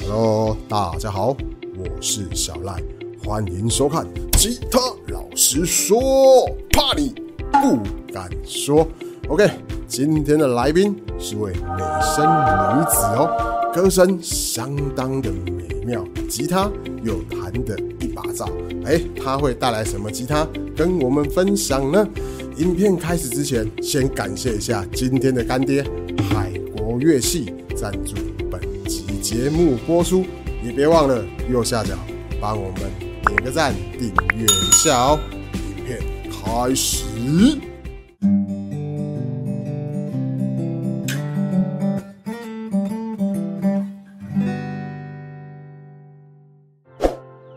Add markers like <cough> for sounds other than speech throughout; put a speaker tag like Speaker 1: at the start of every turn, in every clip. Speaker 1: Hello，大家好，我是小赖，欢迎收看《吉他老实说》，怕你不敢说。OK，今天的来宾是位美声女子哦，歌声相当的美妙，吉他又弹得一把照。哎，她会带来什么吉他跟我们分享呢？影片开始之前，先感谢一下今天的干爹海国乐器赞助本集节目播出，也别忘了右下角帮我们点个赞、订阅一下哦。影片开始。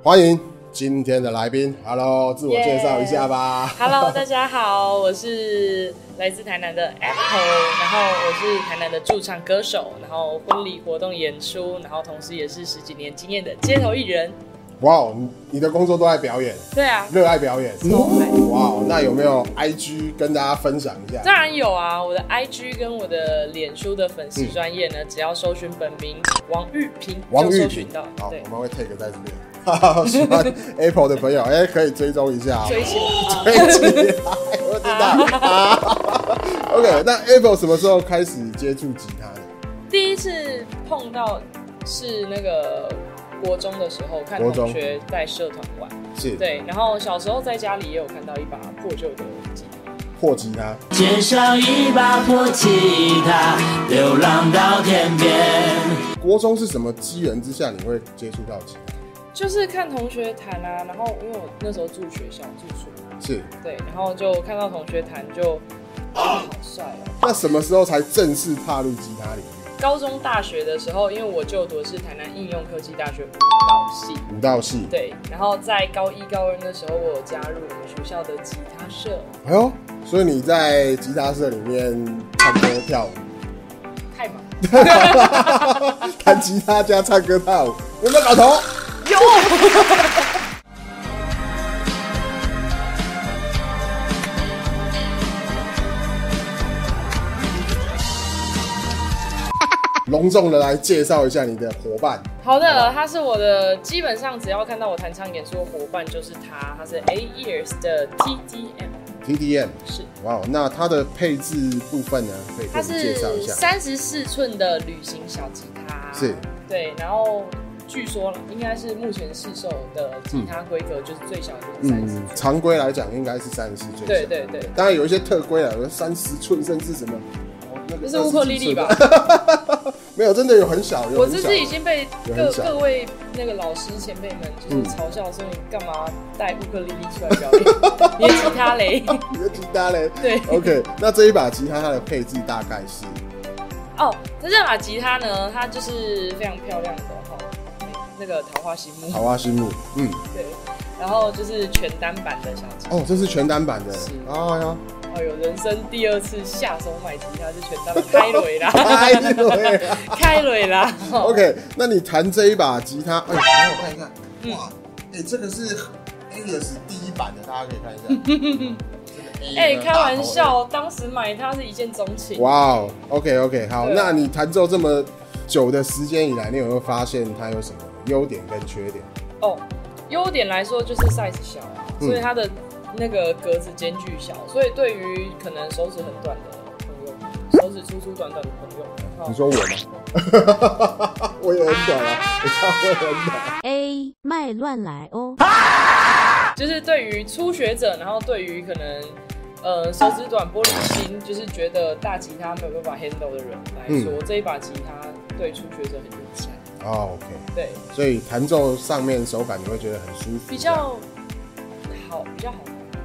Speaker 1: 欢迎今天的来宾，Hello，自我介绍一下吧。
Speaker 2: Hello，大 <laughs> 家好，我是来自台南的 Apple，然后我是台南的驻唱歌手，然后婚礼活动演出，然后同时也是十几年经验的街头艺人。
Speaker 1: 哇哦，你你的工作都在表演，
Speaker 2: 对啊，
Speaker 1: 热爱表演。
Speaker 2: 爱
Speaker 1: 哇哦，那有没有 IG 跟大家分享一下？
Speaker 2: 当然有啊，我的 IG 跟我的脸书的粉丝专业呢，只要搜寻本名王玉平，
Speaker 1: 嗯王
Speaker 2: 就
Speaker 1: 玉
Speaker 2: 搜
Speaker 1: 婷
Speaker 2: 寻到，，
Speaker 1: 好，
Speaker 2: 对
Speaker 1: 我，们会 take 在这边。 <laughs> 哈哈喜欢 Apple 的朋友，哎、可以追踪一下哦， <laughs>
Speaker 2: 追起来啊。
Speaker 1: 追起来，我知道。
Speaker 2: <laughs>
Speaker 1: 啊 OK，那 Apple 什么时候开始接触吉他的？
Speaker 2: 第一次碰到是那个国中的时候，看
Speaker 1: 国中
Speaker 2: 同学在社团玩，
Speaker 1: 是
Speaker 2: 对，然后小时候在家里也有看到一把破旧的吉他。
Speaker 1: 破吉他，
Speaker 3: 肩上一把破吉他，流浪到天边。
Speaker 1: 国中是什么机缘之下你会接触到吉他？
Speaker 2: 就是看同学弹啊，然后因为我那时候住学校住宿，
Speaker 1: 是
Speaker 2: 对，然后就看到同学弹就，哇好帅哦！
Speaker 1: 那什么时候才正式踏入吉他领域？
Speaker 2: 高中、大学的时候，因为我就读的是台南应用科技大学舞蹈系，
Speaker 1: 舞蹈系，
Speaker 2: 对，然后在高一、高二的时候，我有加入我们学校的吉他社，
Speaker 1: 哎呦，所以你在吉他社里面唱歌跳舞，
Speaker 2: 太忙了，
Speaker 1: 弹吉他加唱歌跳舞，有没有搞头？有。隆重的来介绍一下你的伙伴，
Speaker 2: 好的，他是我的，基本上只要看到我弹唱演出的伙伴就是他，他是 A Years 的 TDM，
Speaker 1: TDM。
Speaker 2: 是。
Speaker 1: 哇哦，那它的配置部分呢，可以给
Speaker 2: 它
Speaker 1: 我们介
Speaker 2: 是
Speaker 1: 绍一下。
Speaker 2: 三十四寸的旅行小吉他，
Speaker 1: 是，
Speaker 2: 对，然后据说应该是目前市售的吉他规格就是最小的就是三十、
Speaker 1: 嗯，常规来讲应该是三十四最小。
Speaker 2: 对对对，
Speaker 1: 当然有一些特规啊，有三十寸甚至什么，哦那
Speaker 2: 这
Speaker 1: 个
Speaker 2: 是乌克丽丽吧？ <laughs>
Speaker 1: 20寸的？没有，真的有很小，有
Speaker 2: 我
Speaker 1: 很小
Speaker 2: 这次已经被
Speaker 1: 有
Speaker 2: 各
Speaker 1: 很小
Speaker 2: 各位那个老师前辈们就是
Speaker 1: 嗯
Speaker 2: 嘲笑说你干嘛带乌克丽丽出来表
Speaker 1: <laughs>
Speaker 2: 演，你的吉他嘞？
Speaker 1: 你的吉他嘞。
Speaker 2: 对，
Speaker 1: OK，那这一把吉他它的配置大概是
Speaker 2: 哦，那这把吉他呢，它就是非常漂亮的哈、哦，那个桃花心木，
Speaker 1: 桃花心木，嗯，
Speaker 2: 对，然后就是全单版的小吉他。
Speaker 1: 哦，这是全单版的
Speaker 2: 是，
Speaker 1: 哎呀，
Speaker 2: 哎呦，人生第二次下手买吉他是全当开蕊啦，
Speaker 1: 哎呦喂 <laughs> 啊
Speaker 2: 开蕊啦。
Speaker 1: ，OK，那你弹这一把吉他，哎，来我看一
Speaker 2: 嗯
Speaker 1: 看，哇，哎，这个是 Alias 第一版的，大家可以看
Speaker 2: <laughs>
Speaker 1: 一下，
Speaker 2: 哎、
Speaker 1: 这个 A 呢
Speaker 2: 开玩，笑，当时买它是一见钟
Speaker 1: 大
Speaker 2: 情
Speaker 1: 头。哇哦，OK OK，好，
Speaker 2: 对啊
Speaker 1: 那你弹奏这么久的时间以来，你有没有发现它有什么优点跟缺点？
Speaker 2: 哦，优点来说就是 size 小啊，
Speaker 1: 嗯
Speaker 2: 所以它的那个格子间距小，所以对于可能手指很短的朋友，手指粗粗短短的朋友，然后
Speaker 1: 你说我吗？ <laughs> 我也很短啊， <laughs> 你看我也很短。
Speaker 4: A 麦乱来哦。
Speaker 2: 就是对于初学者，然后对于可能呃手指短玻璃心，就是觉得大吉他没有办法 handle 的人来
Speaker 1: 嗯
Speaker 2: 说，这一把吉他对初学者很友善。
Speaker 1: 哦，OK，
Speaker 2: 对，
Speaker 1: 所以弹奏上面手感你会觉得很舒服，
Speaker 2: 比较好，比较好，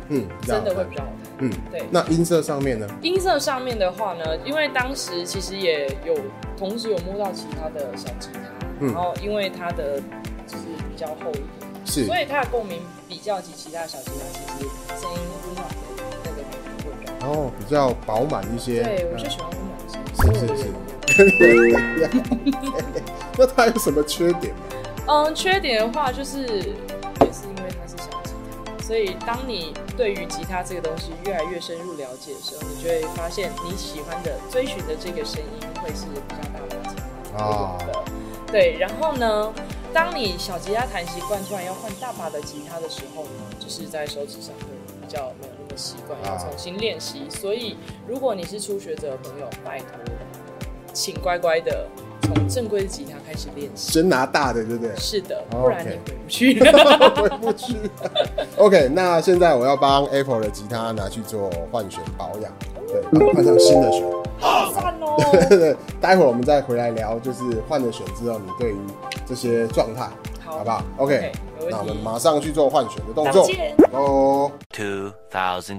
Speaker 1: 嗯，比较
Speaker 2: 真的
Speaker 1: 好
Speaker 2: 会
Speaker 1: 看
Speaker 2: 比较好看。
Speaker 1: 嗯。
Speaker 2: 对，
Speaker 1: 那音色上面呢？
Speaker 2: 音色上面的话呢，因为当时其实也有同时有摸到其他的小吉他，
Speaker 1: 嗯
Speaker 2: 然后因为它的就是比较厚一点，
Speaker 1: 是
Speaker 2: 所以它的共鸣比较及其他小吉他，其实声音温暖的那个感觉会比较好。
Speaker 1: 哦，比较饱满一些。
Speaker 2: 对，
Speaker 1: <laughs> 嗯
Speaker 2: 我就喜欢温暖的声音，
Speaker 1: 是
Speaker 2: 所以
Speaker 1: 是
Speaker 2: 我就是有
Speaker 1: 那它有什么缺点吗？
Speaker 2: 嗯，缺点的话就是，也是因为它是小吉他，所以当你对于吉他这个东西越来越深入了解的时候，你就会发现你喜欢的、追寻的这个声音会是比较大马吉他的、
Speaker 1: 啊
Speaker 2: 的。对，然后呢，当你小吉他弹习惯，突然要换大把的吉他的时候呢，就是在手指上会比较没有那么习惯，要
Speaker 1: 啊
Speaker 2: 重新练习。所以，如果你是初学者的朋友，拜托，请乖乖的从正规的吉他开始练习。
Speaker 1: 先拿大的，对不对？
Speaker 2: 是的，
Speaker 1: 哦
Speaker 2: 不然你
Speaker 1: OK
Speaker 2: 回不去
Speaker 1: <laughs>
Speaker 2: 了。
Speaker 1: 回不去。OK，那现在我要帮 Apple 的吉他拿去做换弦保养，对，
Speaker 2: 哦
Speaker 1: 换上新的弦。 <laughs>
Speaker 2: 好赞哦！
Speaker 1: 对对，待会儿我们再回来聊，就是换了选之后，你对于这些状态，
Speaker 2: 好
Speaker 1: 好不好？OK，
Speaker 2: 没问题
Speaker 1: 那我们马上去做换选的动作。哦
Speaker 3: 2000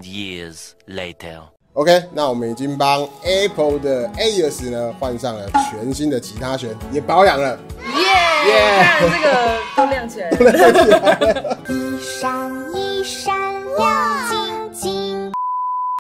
Speaker 3: years later.
Speaker 1: ，OK，那我们已经帮 Apple 的 Airs 呢换上了全新的吉他弦，也保养了。
Speaker 2: 耶！看这个都亮起来了。
Speaker 1: <laughs>
Speaker 5: 一闪一闪亮晶晶，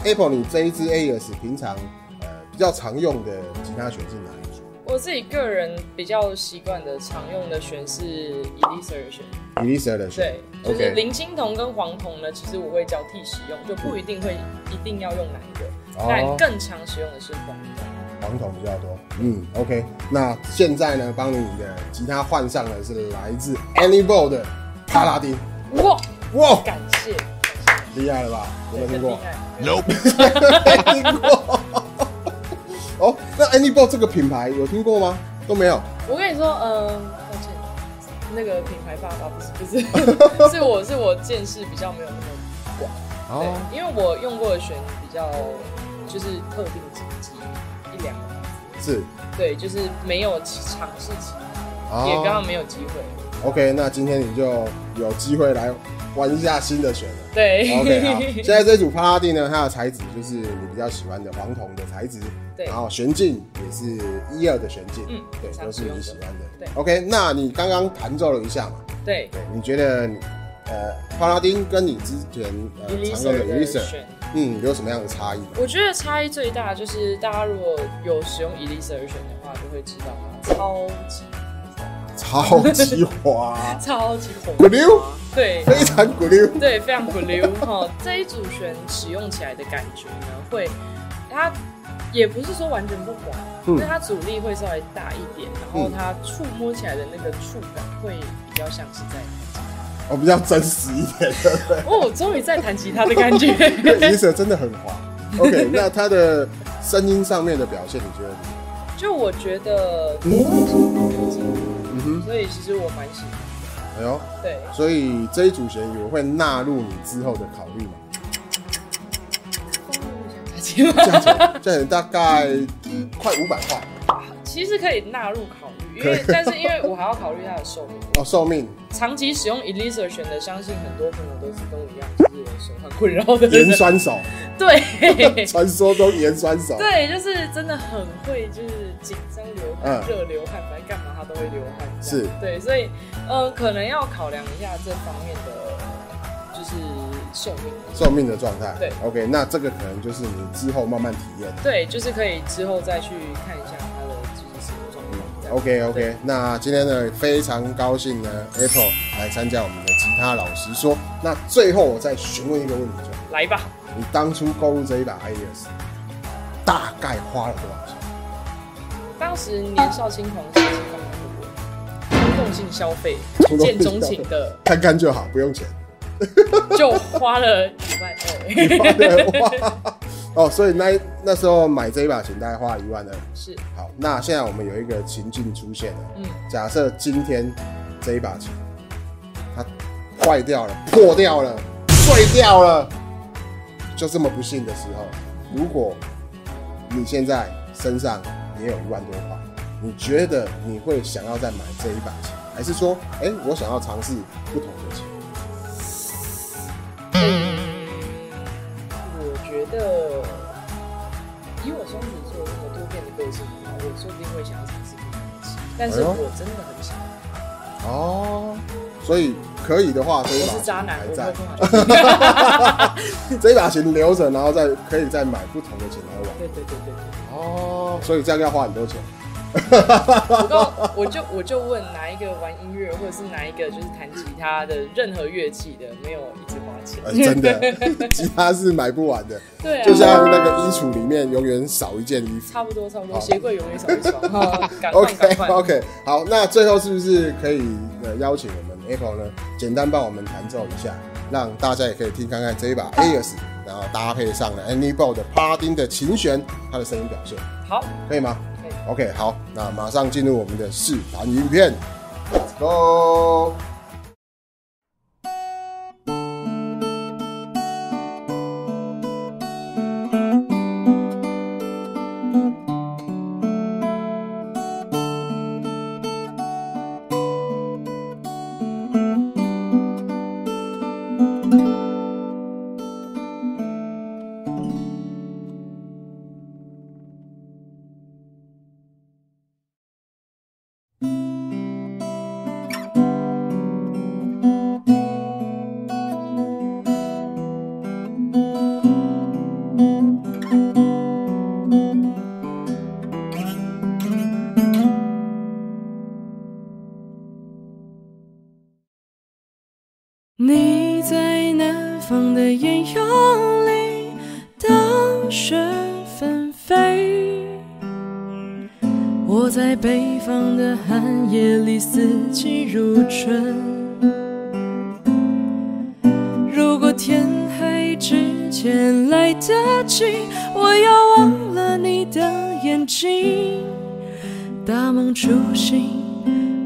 Speaker 1: Apple，你这一支 Airs 平常呃比较常用的吉他弦是哪一种
Speaker 2: 我自己个人比较习惯的常用的弦是 Eliser 弦，
Speaker 1: ？Elisa 的弦
Speaker 2: 对，就
Speaker 1: OK
Speaker 2: 是林青铜跟黄铜呢，其实我会交替使用，就不一定会一定要用哪一个，
Speaker 1: 嗯哦
Speaker 2: 但更常使用的是黄铜。
Speaker 1: 黄铜比较多。嗯，OK，那现在呢，帮你的吉他换上的是来自 Anybow 的帕拉丁。
Speaker 2: 哇，
Speaker 1: 哇，
Speaker 2: 感谢，
Speaker 1: 厉害了吧？有没有
Speaker 2: 很
Speaker 1: 听
Speaker 2: 厉
Speaker 1: 过？
Speaker 2: 害。
Speaker 1: <laughs> 没听过。哦，那 Anybow 这个品牌有听过吗？都没有。
Speaker 2: 我跟你说，嗯、抱歉，那个品牌爸爸不是
Speaker 1: <laughs>
Speaker 2: 不是，是我是我见识比较没有那么对，
Speaker 1: 哦
Speaker 2: 因为我用过的弦比较就是特定几几一两个牌子，
Speaker 1: 是。
Speaker 2: 对，就是没有其尝试其他，
Speaker 1: 哦
Speaker 2: 也刚刚没有机会。
Speaker 1: OK，那今天你就有机会来玩一下新的选
Speaker 2: <laughs>
Speaker 1: 了。
Speaker 2: 对
Speaker 1: OK，好，
Speaker 2: <laughs>
Speaker 1: 现在这组帕拉丁呢，它的材质就是你比较喜欢的黄铜的材质，
Speaker 2: 对
Speaker 1: 然后弦径也是一二的弦径，
Speaker 2: 嗯
Speaker 1: 对，
Speaker 2: 常
Speaker 1: 都是
Speaker 2: 使用
Speaker 1: 你
Speaker 2: 的
Speaker 1: 喜欢的，
Speaker 2: 对
Speaker 1: OK，那你刚刚弹奏了一下嘛，
Speaker 2: 对，
Speaker 1: 对，你觉得你呃帕拉丁跟你之前呃
Speaker 2: 伊丽
Speaker 1: 常
Speaker 2: 莎
Speaker 1: 用的
Speaker 2: 的
Speaker 1: e l i s a
Speaker 2: 选，
Speaker 1: 嗯，有什么样的差异吗？
Speaker 2: 我觉得差异最大就是大家如果有使用 Elisa 选的话，就会知道它超级，
Speaker 1: 超级滑
Speaker 2: <laughs> 超级红，
Speaker 1: 滚溜，
Speaker 2: 对。
Speaker 1: 非常鼓溜，
Speaker 2: <laughs> 对，非常不溜哈。这一组弦使用起来的感觉呢，会它也不是说完全不滑，
Speaker 1: 嗯
Speaker 2: 但它阻力会稍微大一点，然后
Speaker 1: 嗯
Speaker 2: 它触摸起来的那个触感会比较像是在
Speaker 1: 我比较真实一点。 <laughs>
Speaker 2: 哦，终于在弹吉他的感觉。
Speaker 1: e l 真的很
Speaker 2: <laughs>
Speaker 1: 滑。OK，那它的声音上面的表现，你觉得如何？
Speaker 2: 就我觉得，
Speaker 1: 嗯哼，
Speaker 2: 所以其实我蛮喜欢。
Speaker 1: 哎呦。
Speaker 2: 对，
Speaker 1: 所以这一组弦也会纳入你之后的考虑嘛？价钱价钱大概快五百块
Speaker 2: <laughs> 其实可以纳入考虑，因为但是因为我还要考虑它的寿命。
Speaker 1: 哦，寿命
Speaker 2: 长期使用 Elisa 选的，相信很多朋友都是跟我一样，就是有手汗困扰的人
Speaker 1: 盐。酸手，
Speaker 2: <laughs> 对，
Speaker 1: 传说中盐酸手。
Speaker 2: 对，就是真的很会，就是紧张流汗、
Speaker 1: 嗯
Speaker 2: 热、流汗，反正干嘛他都会流汗。这
Speaker 1: 是
Speaker 2: 样对，所以呃，可能要考量一下这方面的，就是寿命。
Speaker 1: 寿命的状态。
Speaker 2: 对
Speaker 1: ，OK，那这个可能就是你之后慢慢体验。
Speaker 2: 对，就是可以之后再去看一下它的就是使用状况。这样
Speaker 1: OK
Speaker 2: 对
Speaker 1: OK，那今天呢非常高兴呢，Apple 来参加我们的吉他老师说。那最后我再询问一个问题，就好
Speaker 2: 来吧，
Speaker 1: 你当初购入这一把 IES 大概花了多少钱？
Speaker 2: 当时年少轻狂，血气方刚，冲动性消费，一见钟情的，
Speaker 1: 看看就好，不用钱。
Speaker 2: <laughs> 就花了一万二。
Speaker 1: 哇！哦，所以那那时候买这一把琴大概花了一万二。
Speaker 2: 是，
Speaker 1: 好，那现在我们有一个情境出现了，
Speaker 2: 嗯，
Speaker 1: 假设今天这一把琴它坏掉了、破掉了、碎掉了，就这么不幸的时候，如果你现在身上也有一万多块，你觉得你会想要再买这一把琴，还是说，哎、我想要尝试不同的琴？
Speaker 2: 嗯我觉得以我双子座这么多变的个性的话，我说不定会想要尝试不同的事，但是
Speaker 1: 哎呦
Speaker 2: 我真的很想，
Speaker 1: 哦，所以可以的话，这一
Speaker 2: 我
Speaker 1: 把
Speaker 2: 是
Speaker 1: 琴
Speaker 2: 渣男，
Speaker 1: 还
Speaker 2: 我
Speaker 1: 在
Speaker 2: 没。办法。
Speaker 1: 这一把琴留着，然后再可以再买不同的琴来玩。 <laughs>
Speaker 2: 对对对对对， <laughs>
Speaker 1: 哦，所以这样要花很多钱。
Speaker 2: 我告我就我就问哪一个玩音乐，或者是哪一个就是弹吉他的任何乐器的，没有一直花钱。
Speaker 1: 呃，真的， <laughs> 吉他是买不完的，
Speaker 2: <laughs> 对啊，
Speaker 1: 就像那个衣橱里面永远少一件衣服。
Speaker 2: 差不多差不
Speaker 1: 好
Speaker 2: 多，鞋柜永远少一双。哈赶快
Speaker 1: OK <laughs>
Speaker 2: 赶快
Speaker 1: OK，好，那最后是不是可以呃邀请我们 Echo 呢，简单帮我们弹奏一下，让大家也可以听看看这一把 AS，然后搭配上了 Any Ball 的巴丁的琴弦，它的声音表现，
Speaker 2: 好，
Speaker 1: 可以吗
Speaker 2: 可以
Speaker 1: ？OK，好，那马上进入我们的试弹影片，Let's go。
Speaker 6: 你在南方的艳阳里，大雪纷飞；我在北方的寒夜里，四季如春。如果天黑之前来得及，我要忘了你的眼睛，大梦初醒，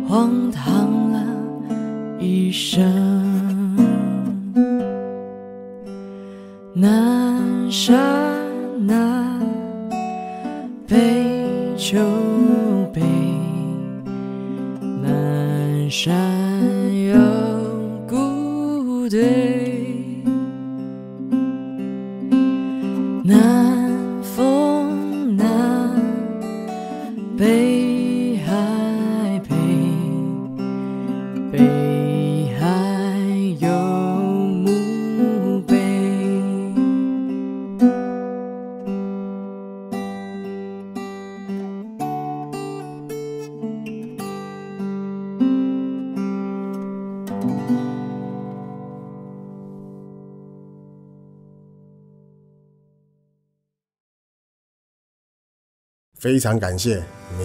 Speaker 6: 荒唐了。一生。南山南，北就北，南山有谷堆。南风南，北海北。北海有墓碑。
Speaker 1: 非常感谢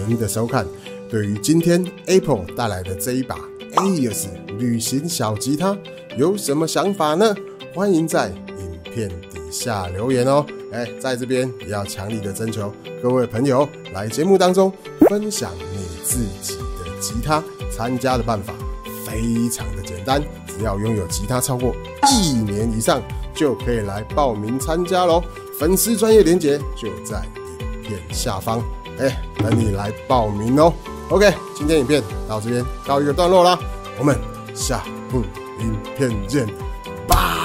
Speaker 1: 您的收看。对于今天 Apple 带来的这一把 AES 旅行小吉他，有什么想法呢？欢迎在影片底下留言哦。哎，在这边也要强力的征求各位朋友来节目当中分享你自己的吉他，参加的办法非常的简单，只要拥有吉他超过一年以上，就可以来报名参加喽。粉丝专业连结就在影片下方，哎、等你来报名哦。OK，今天影片到这边告一个段落啦，我们下部影片见，拜。